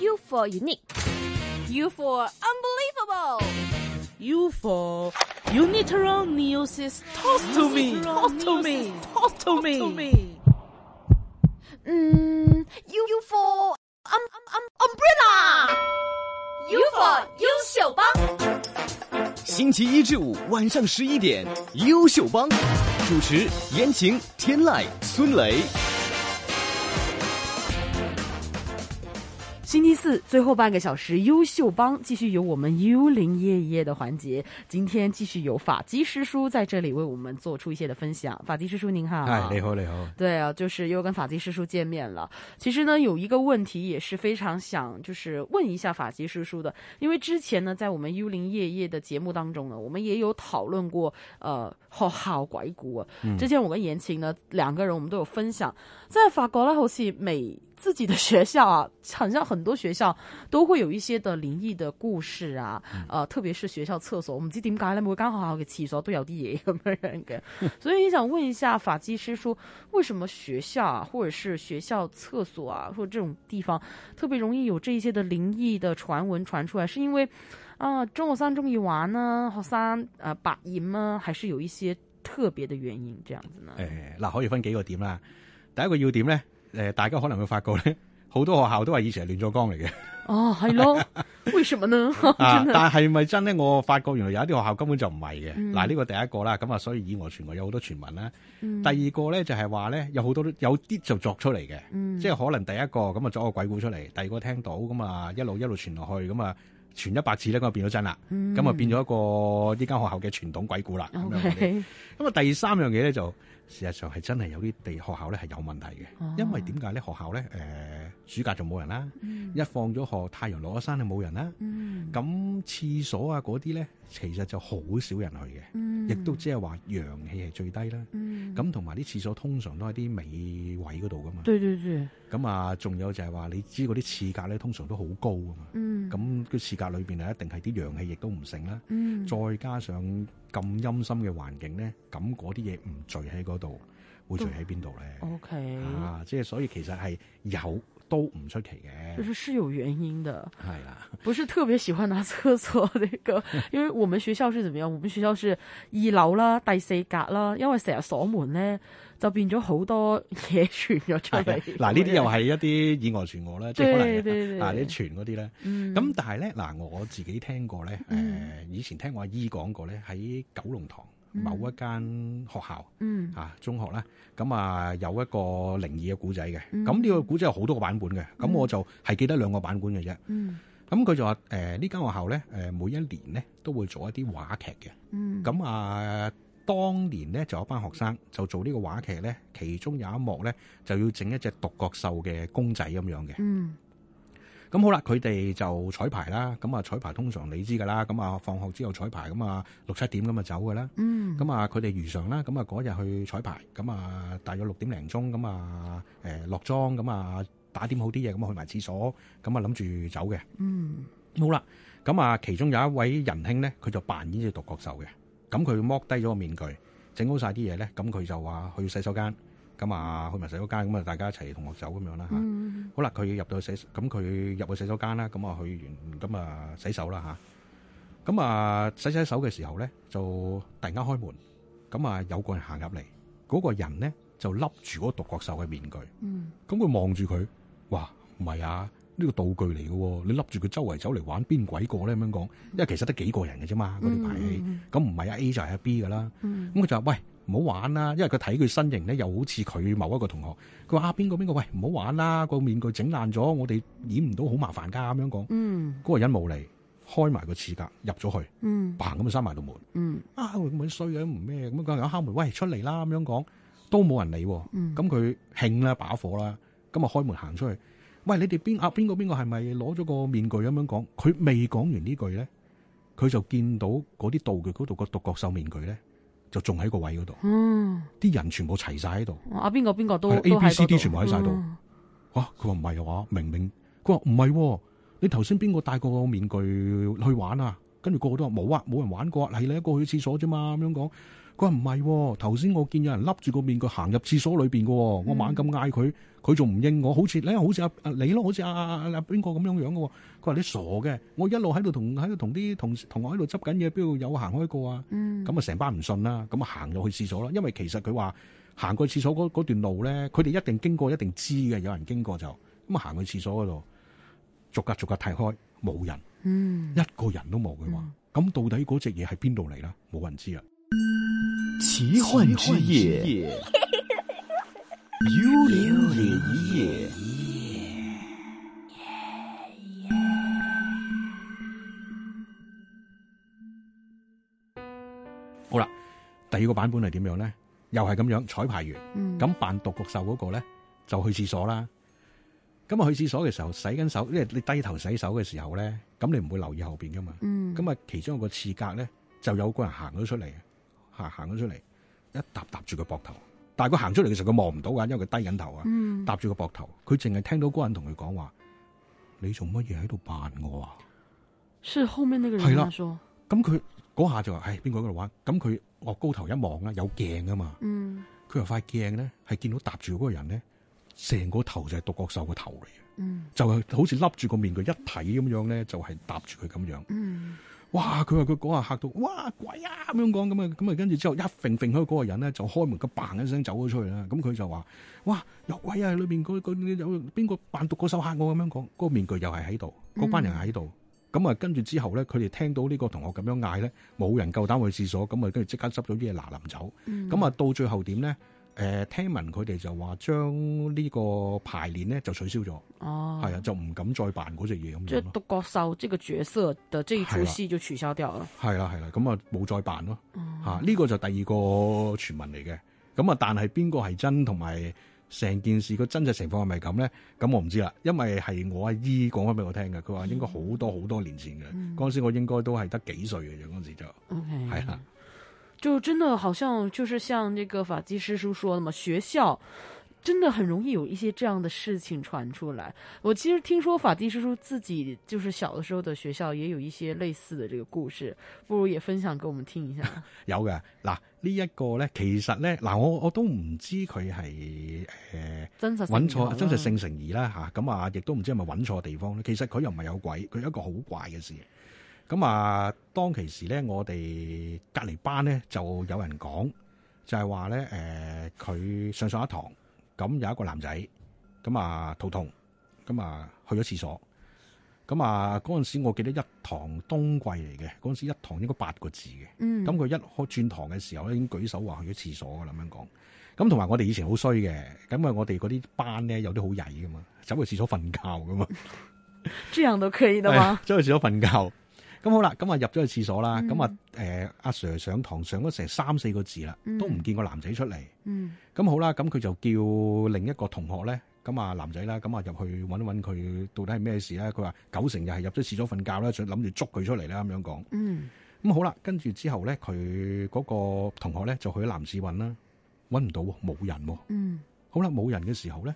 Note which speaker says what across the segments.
Speaker 1: U for unique,
Speaker 2: U for unbelievable.
Speaker 3: U for unilateral neosis. Toss to me. Toss to me. Toss to me.
Speaker 1: 嗯，U U Mm, for um um um umbrella。
Speaker 2: U for 优秀帮。
Speaker 4: 星期一至五晚上十一点，优秀帮主持：言情、天籁、孙雷。
Speaker 5: 星期四最后半个小时，优秀帮继续有我们幽灵夜夜的环节。今天继续有法基师叔在这里为我们做出一些的分享。法基师叔您好，
Speaker 6: 哎，你好，你好。
Speaker 5: 对啊，就是又跟法基师叔见面了。其实呢，有一个问题也是非常想就是问一下法基师叔的，因为之前呢，在我们幽灵夜夜的节目当中呢，我们也有讨论过呃學校鬼故啊。
Speaker 6: 嗯
Speaker 5: 之前我跟言情呢两个人我们都有分享，在法国呢，好似每自己的学校啊， 好像很多学校都會有一些的靈異的故事啊，呃，特別是學校廁所，我唔知點解咧，每間學校嘅廁所都有啲嘢咁樣樣嘅， 所以想問一下法基師叔，為什麼學校啊，或者是學校廁所啊，或者這種地方特別容易有這一些的靈異的傳聞傳出來，是因為啊、中學生中意玩呢、學生啊白眼啊，還是有一些特別的原因這樣子呢？
Speaker 6: 诶，嗱，可以分幾個點啦。第一個要點咧，诶，大家可能會發覺咧，好多學校都話以前係亂葬崗嚟嘅。
Speaker 5: 哦，係 咯，為什麼呢？
Speaker 6: 啊
Speaker 5: 真！係
Speaker 6: 但係咪真咧？我發覺原來有一啲學校根本就唔係嘅。
Speaker 5: 嗯
Speaker 6: 嗱、呢個第一個啦，咁啊，所以以讹傳讹有好多傳聞啦。第二個咧就係話咧，有好多都有啲就作出嚟嘅，
Speaker 5: 嗯
Speaker 6: 即係可能第一個咁啊作個鬼故出嚟，第二個聽到咁啊一路一路傳落去，咁啊傳一百次咧，咁啊變咗真啦，
Speaker 5: 嗯
Speaker 6: 咁啊變咗一個呢間學校嘅傳統鬼故啦。咁樣嗰啲
Speaker 5: OK，
Speaker 6: 咁啊，第三樣嘢咧就事實上係真係有啲地學校咧係有問題嘅，
Speaker 5: 哦
Speaker 6: 因為點解咧？學校咧誒、呃暑假就冇人啦，一放咗學太陽落咗山就冇人啦。
Speaker 5: 嗯
Speaker 6: 咁、廁所啊嗰啲咧，其實就好少人去嘅，
Speaker 5: 嗯
Speaker 6: 亦都即係話陽氣係最低啦。
Speaker 5: 嗯
Speaker 6: 咁同埋啲廁所通常都喺啲尾位嗰度噶嘛，
Speaker 5: 对对对，
Speaker 6: 咁啊仲有就係話你知嗰啲廁格咧通常都好高噶嘛，
Speaker 5: 嗯
Speaker 6: 咁個廁格裏邊啊一定係啲陽氣亦都唔盛啦。
Speaker 5: 嗯
Speaker 6: 再加上咁陰森嘅環境咧，咁嗰啲嘢唔聚喺嗰度，會聚喺邊度咧？
Speaker 5: ，OK，
Speaker 6: 啊，即係所以其實係有都唔出 奇
Speaker 5: 就
Speaker 6: 嘅，
Speaker 5: 是是有原因的，
Speaker 6: 係啦，
Speaker 5: 不是特别喜欢拿厕所那 个，因为我们学校是怎么样？我们学校是二樓啦、第四格啦，因為成日鎖門咧，就變咗好多嘢傳咗出
Speaker 6: 係啊
Speaker 5: 嚟。
Speaker 6: 嗱呢啲又係一啲以外傳我啦，即係可
Speaker 5: 對對
Speaker 6: 能
Speaker 5: 對
Speaker 6: 嗱你傳嗰啲咧，
Speaker 5: 嗯，
Speaker 6: 咁但係咧嗱我自己聽過咧，
Speaker 5: 嗯
Speaker 6: 誒以前聽我阿姨講過咧，喺九龍塘
Speaker 5: 嗯
Speaker 6: 某一間學校。
Speaker 5: 嗯
Speaker 6: 啊中學啦，咁啊有一個靈異嘅古仔嘅，
Speaker 5: 嗯
Speaker 6: 咁呢個古仔有好多個版本嘅，咁我就係記得兩個版本嘅啫。
Speaker 5: 嗯
Speaker 6: 咁佢就話誒呢間學校咧誒、每一年咧都會做一啲話劇嘅，
Speaker 5: 嗯，
Speaker 6: 咁啊當年咧就有一班學生就做呢個話劇咧，其中有一幕咧就要整一隻獨角獸嘅公仔咁樣嘅，
Speaker 5: 嗯
Speaker 6: 咁好啦，佢哋就彩排啦，咁啊彩排通常你知㗎啦，咁啊放學之後彩排，咁啊六七點咁啊走㗎啦。
Speaker 5: 嗯
Speaker 6: 咁啊，佢哋如常啦，咁啊嗰日去彩排，咁啊大約六點零鐘，咁啊誒落妝，咁啊打點好啲嘢，咁啊去埋廁所，咁啊諗住走嘅。
Speaker 5: 嗯
Speaker 6: 好啦，咁啊，其中有一位仁兄咧，佢就扮演只獨角獸嘅，咁佢剝低咗個面具，整好晒啲嘢咧，咁佢就話去洗手間，咁啊去埋洗手間，咁啊大家一齊同學走咁樣啦嚇。
Speaker 5: 嗯
Speaker 6: 好啦，佢入到洗，咁佢入去洗手間啦，咁啊去完，咁啊洗手啦吓，咁啊洗洗手嘅時候咧，就突然間開門，咁啊有個人行入嚟，嗰、個人咧就笠住嗰個獨角獸嘅面具，
Speaker 5: 嗯
Speaker 6: 咁佢望住佢，哇，唔係啊，呢、個道具嚟嘅喎，你笠住佢周圍走嚟玩邊鬼個咧咁樣講，因為其實得幾個人嘅啫嘛，嗰啲排戲，咁唔係啊 A 就係啊 B 噶啦。
Speaker 5: 嗯
Speaker 6: 咁佢就話：喂，唔好玩啦，因為佢睇佢身形咧，又好似佢某一個同學。佢話：啊，邊個邊個，喂，唔好玩啦，個面具整爛咗，我哋演唔到，好麻煩㗎。咁樣講，
Speaker 5: 嗯
Speaker 6: 嗰個人冇嚟，開埋個廁格入咗去，
Speaker 5: 嗯
Speaker 6: 砰咁就閂埋道門。
Speaker 5: 嗯
Speaker 6: 啊，咁樣衰嘅，唔咩咁啊樣有敲門，喂，出嚟啦，咁樣講都冇人理喎。
Speaker 5: 嗯
Speaker 6: 咁佢興啦，把火啦，咁啊開門行出去。喂，你哋邊啊邊個邊個係咪攞咗個面具咁樣講？佢未講完呢句咧，佢就見到嗰啲道具嗰度個獨角獸面具咧，就仲喺個位嗰度，
Speaker 5: 嗯，
Speaker 6: 啲人全部齊晒喺度。
Speaker 5: 啊邊個邊個都
Speaker 6: 係 A
Speaker 5: 都喺
Speaker 6: B C
Speaker 5: 嗰
Speaker 6: D
Speaker 5: 度
Speaker 6: 全部喺晒度
Speaker 5: 嗯
Speaker 6: 哇！佢話唔係啊，明明佢話唔係喎，你頭先邊個戴個面具去玩啊？跟住個個都話冇啊，冇人玩過啊，係你一個去廁所啫嘛咁樣講。佢話唔係喎，頭先我見有人笠住個面具行入廁所裏邊嘅喎，我猛咁嗌佢，佢仲唔應我，好似哎咧，好似阿阿你咯，好似阿阿阿阿邊個咁樣樣嘅喎。佢話你傻嘅，我一路喺度同喺度同啲同同學喺度執緊嘢，邊度有行開過啊？咁啊成班唔信啦，咁啊行入去廁所啦，因為其實佢話行過去廁所嗰嗰段路咧，佢哋一定經過，一定知嘅，有人經過就咁啊行去廁所嗰度，逐格逐格睇開，冇人，一個人都冇。佢話咁到底嗰只嘢喺邊度嚟啦？冇人知啊！
Speaker 4: 奇幻之夜，幽灵夜。
Speaker 6: 好啦，第二個版本係點樣咧？又係咁樣彩排完，咁、扮獨角獸嗰個咧就去廁所啦。咁啊去廁所嘅時候洗緊手，因為你低頭洗手嘅時候咧，咁你唔會留意後邊噶嘛。咁啊、其中有個廁格咧就有個人行咗出嚟，行行咗出嚟，一搭搭住佢膊頭。但係佢行出嚟嘅時候，佢望唔到噶，因為佢低緊頭啊，搭住個膊頭，佢淨係聽到嗰個人同佢講話：你做乜嘢喺度扮我啊？
Speaker 5: 是后面那个人
Speaker 6: 是
Speaker 5: 跟
Speaker 6: 啦
Speaker 5: 他说，
Speaker 6: 咁佢嗰下就話：，唉，邊個喺度玩？咁佢我高頭一望啦，有鏡噶嘛。
Speaker 5: 嗯
Speaker 6: 佢話塊鏡咧係見到搭住嗰個人咧，成個頭就係獨角獸個頭嚟嘅，
Speaker 5: 嗯
Speaker 6: 就係好似笠住個面具一睇咁樣咧，就係搭住佢咁樣。
Speaker 5: 嗯，
Speaker 6: 哇！佢話佢嗰下嚇到，哇鬼啊咁樣講咁啊，咁啊跟住之後一揈揈開嗰個人咧，就開門咁嘭一聲走咗出去啦。咁佢就話：，哇有鬼啊！裏邊嗰嗰有邊個扮獨個手嚇我咁樣講，嗰、個面具又係喺度，嗰班人喺度。咁啊，跟住之後咧，佢哋聽到呢個同學咁樣嗌咧，冇人夠膽去廁所，咁啊，跟住即刻執咗啲嘢嗱臨走。咁啊、到最後點咧？誒、聽聞佢哋就話將呢個排練咧就取消咗，係
Speaker 5: 哦，
Speaker 6: 啊，就唔敢再扮嗰只嘢咁
Speaker 5: 就
Speaker 6: 樣咯。
Speaker 5: 独角兽这个角色的这一
Speaker 6: 嗯是啊
Speaker 5: 出
Speaker 6: 啦
Speaker 5: 戏就取消掉了。
Speaker 6: 係啦係啦，咁啊冇再扮咯。嚇、呢、個就第二個傳聞嚟嘅。咁啊，但係邊個係真同埋成件事個真實情況係咪咁咧？咁我唔知啦，因為係我阿姨講翻俾我聽嘅，佢話應該好多好多年前嘅。嗰陣、時我應該都係得幾歲嘅啫，嗰陣時就
Speaker 5: OK，
Speaker 6: 係啦。
Speaker 5: 就真的好像就是像这个法基师叔说的嘛，学校真的很容易有一些这样的事情传出来。我其实听说法基师叔自己就是小的时候的学校也有一些类似的这个故事，不如也分享给我们听一下。
Speaker 6: 有嘅。嗱，呢一個咧，其實咧，嗱，我我都唔知佢係呃誒
Speaker 5: 真實情
Speaker 6: 揾
Speaker 5: 況
Speaker 6: 錯
Speaker 5: 啦
Speaker 6: 真實性成疑啦嚇，咁啊，亦都唔知係咪揾錯地方咧。其實佢又唔係有鬼，佢有一個好怪嘅事。咁啊，當其時咧，我哋隔離班咧就有人講，就係話咧誒，佢、上上一堂，咁有一個男仔，咁啊肚痛，咁啊去咗廁所。咁啊，嗰陣時我記得一堂冬季嚟嘅，嗰陣時一堂應該八個字嘅。
Speaker 5: 嗯，
Speaker 6: 咁佢一開轉堂嘅時候咧，已經舉手話去咗廁所㗎啦咁樣講。咁同埋我哋以前好衰嘅，咁啊我哋嗰啲班咧有啲好曳噶嘛，走去廁所瞓覺噶嘛，
Speaker 5: 这样都可以的
Speaker 6: 係
Speaker 5: 吗
Speaker 6: 啊？走去廁所瞓覺。咁好啦，咁啊入咗去廁所
Speaker 5: 嗯
Speaker 6: 啦，咁啊誒阿 Sir 上堂上咗成三四個字啦，都唔見個男仔出嚟。
Speaker 5: 嗯
Speaker 6: 咁好啦，咁佢就叫另一個同學咧，咁啊男仔啦，咁啊入去揾一揾佢到底係咩事啦。佢話九成就係入咗廁所瞓覺啦，想諗住捉佢出嚟啦咁樣講。
Speaker 5: 嗯
Speaker 6: 咁好啦，跟住之後咧，佢嗰個同學咧就去咗南市揾啦，揾唔到喎，冇人喎。
Speaker 5: 嗯
Speaker 6: 好啦，冇人嘅時候咧，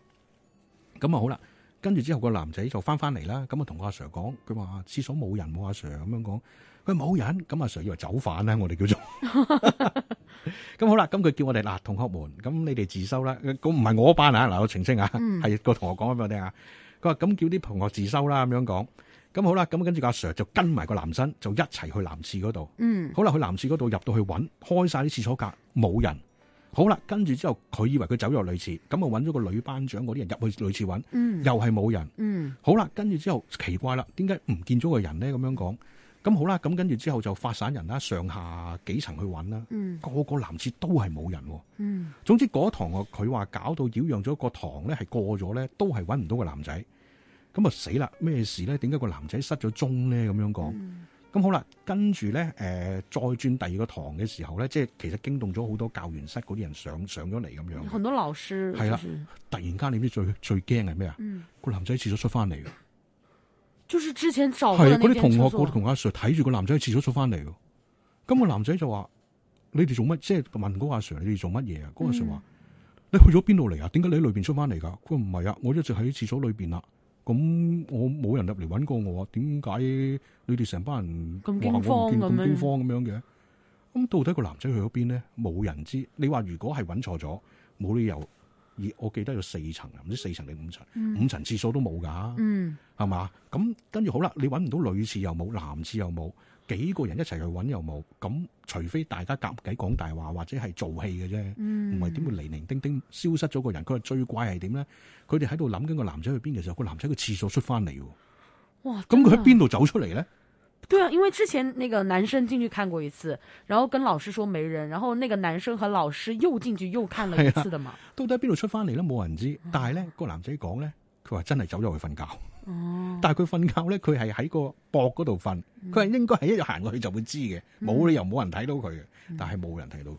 Speaker 6: 咁啊好啦，跟住之後個男仔就翻翻嚟啦，咁啊同阿 Sir 講，佢話啊廁所冇人喎，阿 Sir 咁樣講，佢話冇人，咁阿啊 Sir 以為走犯啦，我哋叫做。咁好啦，咁佢叫我哋嗱，同學們，咁你哋自修啦，咁唔係我班啊，嗱我澄清啊，係、個同學講俾我聽啊，佢話咁叫啲同學自修啦，咁樣講。咁好啦，咁跟住個阿 Sir 就跟埋個男生，就一齊去男廁嗰度。
Speaker 5: 嗯
Speaker 6: 好啦，去男廁嗰度入到去揾，開晒啲廁所格，冇人。好啦，跟住之後，佢以為佢走入女廁，咁啊揾咗個女班長嗰啲人入去女廁揾，
Speaker 5: 嗯
Speaker 6: 又係冇人。
Speaker 5: 嗯
Speaker 6: 好啦，跟住之後奇怪啦，點解唔見咗個人咧？咁樣講，咁好啦，咁跟住之後就發散人啦，上下幾層去揾啦，
Speaker 5: 嗯
Speaker 6: 個個男廁都係冇人喎。
Speaker 5: 嗯
Speaker 6: 總之嗰堂我佢話搞到擾攘咗個堂咧，係過咗咧，都係揾唔到個男仔。咁啊死啦！咩事咧？點解個男仔失咗蹤咧？咁樣講。咁、
Speaker 5: 嗯
Speaker 6: 好啦，跟住咧，誒、再轉第二個堂嘅時候咧，即係其實驚動咗好多教員室嗰啲人上上咗嚟咁
Speaker 5: 嗯，
Speaker 6: 樣。
Speaker 5: 很多老师
Speaker 6: 哎是啊
Speaker 5: 就
Speaker 6: 啦
Speaker 5: 是
Speaker 6: 突然間，你知最最驚係咩啊？
Speaker 5: 嗯
Speaker 6: 個男仔喺廁所出翻嚟嘅，
Speaker 5: 就是之前找过
Speaker 6: 係
Speaker 5: 的
Speaker 6: 啊
Speaker 5: 那
Speaker 6: 嗰啲
Speaker 5: 间
Speaker 6: 同學
Speaker 5: 厕
Speaker 6: 個
Speaker 5: 所，
Speaker 6: 同阿 Sir 睇住個男仔喺廁所出翻嚟嘅。咁、個男仔就話：你哋做乜？即係問嗰個阿 Sir 你哋做乜嘢啊？嗰、個阿 Sir 話。
Speaker 5: 嗯
Speaker 6: 你去咗邊度嚟啊？點解你喺裏邊出翻嚟㗎？佢話唔係啊，我一直喺廁所裏邊啦。咁我冇人入嚟揾過我啊？點解你哋成班人
Speaker 5: 咁
Speaker 6: 話我唔
Speaker 5: 驚慌咁
Speaker 6: 見
Speaker 5: 樣
Speaker 6: 咁驚慌咁樣嘅？咁到底個男仔去咗邊呢？冇人知。你話如果係揾錯咗，冇理由。而我記得有四層啊，唔知四層定五層，五層廁所都冇㗎。
Speaker 5: 嗯，
Speaker 6: 係嘛？咁跟住好啦，你揾唔到女廁又冇，男廁又冇，幾個人一齊去揾又冇，咁除非大家夾計講大話或者係做戲嘅啫，唔係點會零零丁丁消失咗個人？佢係最怪係點咧？佢哋喺度諗緊個男仔去邊嘅時候，個男仔去廁所出翻嚟喎，
Speaker 5: 哇，
Speaker 6: 咁
Speaker 5: 真
Speaker 6: 佢喺
Speaker 5: 的
Speaker 6: 邊度走出嚟咧？
Speaker 5: 对啊，因为之前那个男生进去看过一次，然后跟老师说没人，然后那个男生和老师又进去又看了一次的嘛。
Speaker 6: 到底喺邊度出翻嚟咧？冇人知。但係咧，個男仔講咧，佢話真係走咗去瞓覺。但係佢瞓覺咧，佢係喺個膊嗰度瞓，佢係應該係一日行過去就會知嘅，冇理由冇人睇到佢嘅。但係冇人睇到佢。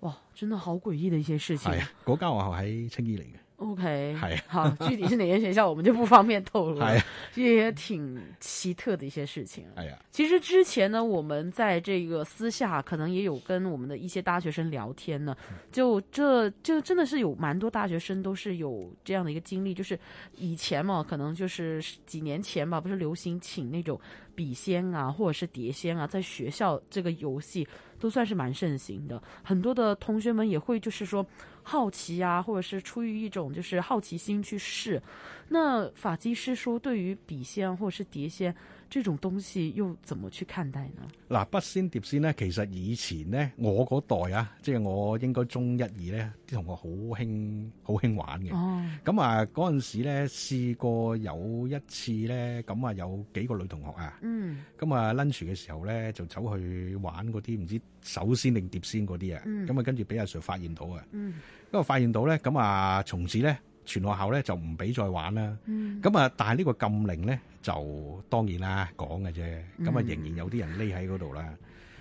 Speaker 5: 哇，真的好诡异的一些事情。
Speaker 6: 係啊，嗰間學校喺青衣嚟嘅。
Speaker 5: OK，
Speaker 6: 是啊
Speaker 5: 好，具体是哪间学校我们就不方便透露了
Speaker 6: 是啊。
Speaker 5: 这也挺奇特的一些事情。
Speaker 6: 係啊，
Speaker 5: 其实之前呢，我们在这个私下可能也有跟我们的一些大学生聊天呢，就这这真的是有蛮多大学生都是有这样的一个经历，就是以前嘛，可能就是几年前吧，不是流行请那种笔仙啊，或者是碟仙啊，在学校这个游戏都算是蛮盛行的，很多的同学们也会就是说好奇啊，或者是出于一种就是好奇心去试。那法基师说，对于笔仙或者是碟仙这种东西，又怎么去看待呢？
Speaker 6: 嗱，筆仙碟仙咧，其實以前咧，我嗰代啊，即係我應該中一二咧，啲同學好興好興玩嘅。
Speaker 5: 哦，
Speaker 6: 咁啊，嗰陣時咧試過有一次咧，咁啊有幾個女同學啊，
Speaker 5: 嗯
Speaker 6: 咁啊 lunch 嘅時候咧就走去玩嗰啲唔知手先定碟先嗰啲啊，
Speaker 5: 嗯
Speaker 6: 咁啊跟住俾阿 Sir 發現到啊，
Speaker 5: 嗯
Speaker 6: 咁啊發現到咧，咁啊從此咧全學校咧就唔俾再玩啦。
Speaker 5: 嗯，
Speaker 6: 咁啊，但係呢個禁令咧，就當然啦，講嘅啫。咁啊，
Speaker 5: 嗯
Speaker 6: 仍然有啲人匿喺嗰度啦。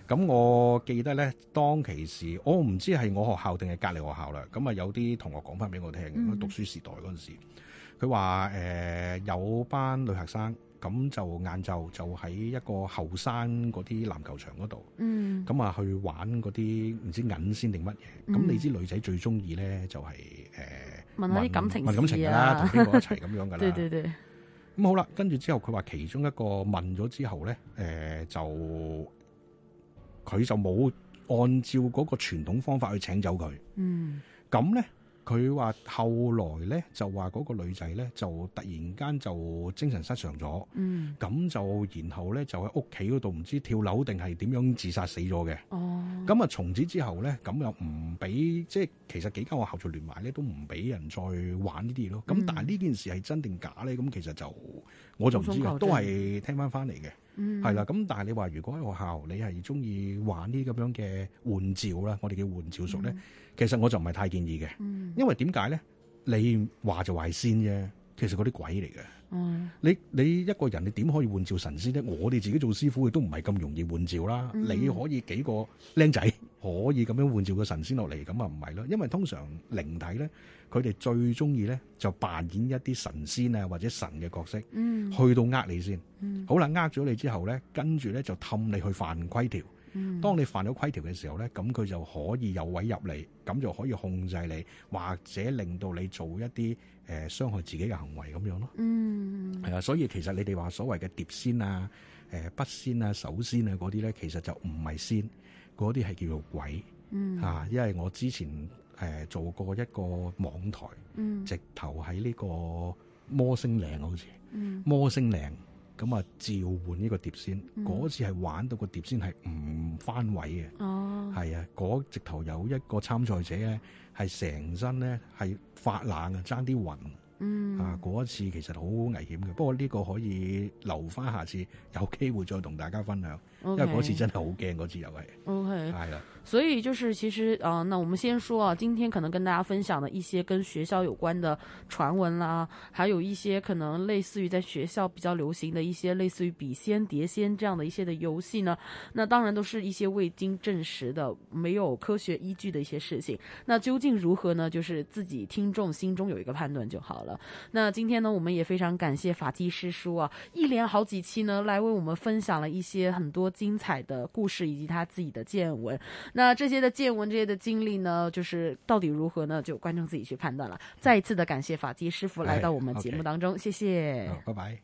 Speaker 6: 咁我記得咧，當其時，我唔知係我學校定係隔離學校啦。咁啊，有啲同學講翻俾我聽，啊
Speaker 5: 嗯
Speaker 6: 讀書時代嗰陣時，佢話誒有班女學生咁就晏晝就喺一個後山嗰啲籃球場嗰度，
Speaker 5: 嗯
Speaker 6: 咁啊去玩嗰啲唔知銀先定乜嘢。咁
Speaker 5: 嗯
Speaker 6: 你知女仔最中意咧就係誒呃
Speaker 5: 問下啲感情
Speaker 6: 問感情
Speaker 5: 事
Speaker 6: 㗎
Speaker 5: 啊
Speaker 6: 啦，同邊個一齊咁 樣㗎啦。
Speaker 5: 对对对，
Speaker 6: 咁好啦，跟住之後佢話其中一個問咗之後咧，誒、呃就佢就冇按照嗰個傳統方法去請走佢。
Speaker 5: 嗯
Speaker 6: 咁咧，佢話後來咧就話嗰個女仔咧就突然間就精神失常咗，
Speaker 5: 嗯，
Speaker 6: 咁就然後咧就喺屋企嗰度唔知跳樓定係點樣自殺死咗嘅。
Speaker 5: 哦，
Speaker 6: 咁啊，從此之後咧，咁又唔俾，即係其實幾間學校就聯埋咧，都唔俾人再玩呢啲嘢咯。咁、
Speaker 5: 嗯
Speaker 6: 但係呢件事係真定假咧？咁其實就我就唔知
Speaker 5: 無從
Speaker 6: 啦，
Speaker 5: 求證
Speaker 6: 都係聽翻翻嚟嘅，
Speaker 5: 嗯
Speaker 6: 係啦、咁但係你話如果喺學校你係中意玩呢啲咁樣嘅換照啦，我哋叫換照術咧，其實我就唔係太建議嘅，
Speaker 5: 嗯
Speaker 6: 因為點解咧？你話就壞先啫，其實嗰啲鬼嚟嘅。
Speaker 5: 嗯
Speaker 6: 你你一個人你點可以換照神仙咧？我哋自己做師傅亦都唔係咁容易換照啦。
Speaker 5: 嗯
Speaker 6: 你可以幾個僆仔 可以咁樣換照個神仙落嚟，咁啊唔係咯。因為通常靈體咧，佢哋最中意咧就扮演一啲神仙啊或者神嘅角色，
Speaker 5: 嗯
Speaker 6: 去到呃你先。
Speaker 5: 嗯
Speaker 6: 好啦，呃咗你之後咧，跟住咧就氹你去犯規條。
Speaker 5: 嗯，
Speaker 6: 當你犯咗規條嘅時候咧，咁佢就可以有位入嚟，咁就可以控制你，或者令到你做一啲誒、呃、傷害自己嘅行為咁樣咯。
Speaker 5: 嗯
Speaker 6: 係啊，所以其實你哋話所謂嘅碟仙啊、誒、筆仙啊、手仙啊嗰啲咧，其實就唔係仙，嗰啲係叫做鬼嚇、
Speaker 5: 嗯
Speaker 6: 啊因為我之前誒、呃做過一個網台，
Speaker 5: 嗯
Speaker 6: 直頭喺呢個摩星嶺好似
Speaker 5: 嗯
Speaker 6: 摩星嶺咁啊，召喚呢個碟仙。
Speaker 5: 嗯
Speaker 6: 嗰、次係玩到個碟仙係唔翻位嘅。
Speaker 5: 哦，
Speaker 6: 係啊，嗰直頭有一個參賽者咧，係成身咧係發冷啊，爭啲暈啊
Speaker 5: 嗯
Speaker 6: 啊，嗰一次其實好危險嘅，不過呢個可以留翻下次有機會再同大家分享，因為嗰次真係好驚，嗰次又係
Speaker 5: OK，
Speaker 6: 係啦，
Speaker 5: 所以就是其实啊、呃那我们先说啊，今天可能跟大家分享的一些跟学校有关的传闻啦，还有一些可能类似于在学校比较流行的一些类似于笔仙、碟仙这样的一些的游戏呢，那当然都是一些未经证实的、没有科学依据的一些事情。那究竟如何呢？就是自己听众心中有一个判断就好了。那今天呢，我们也非常感谢法纪师叔啊，一连好几期呢来为我们分享了一些很多精彩的故事以及他自己的见闻。那这些的见闻、这些的经历呢，就是到底如何呢？就观众自己去判断了。再一次的感谢法基师傅来到我们节目当中，谢谢。
Speaker 6: 好拜拜。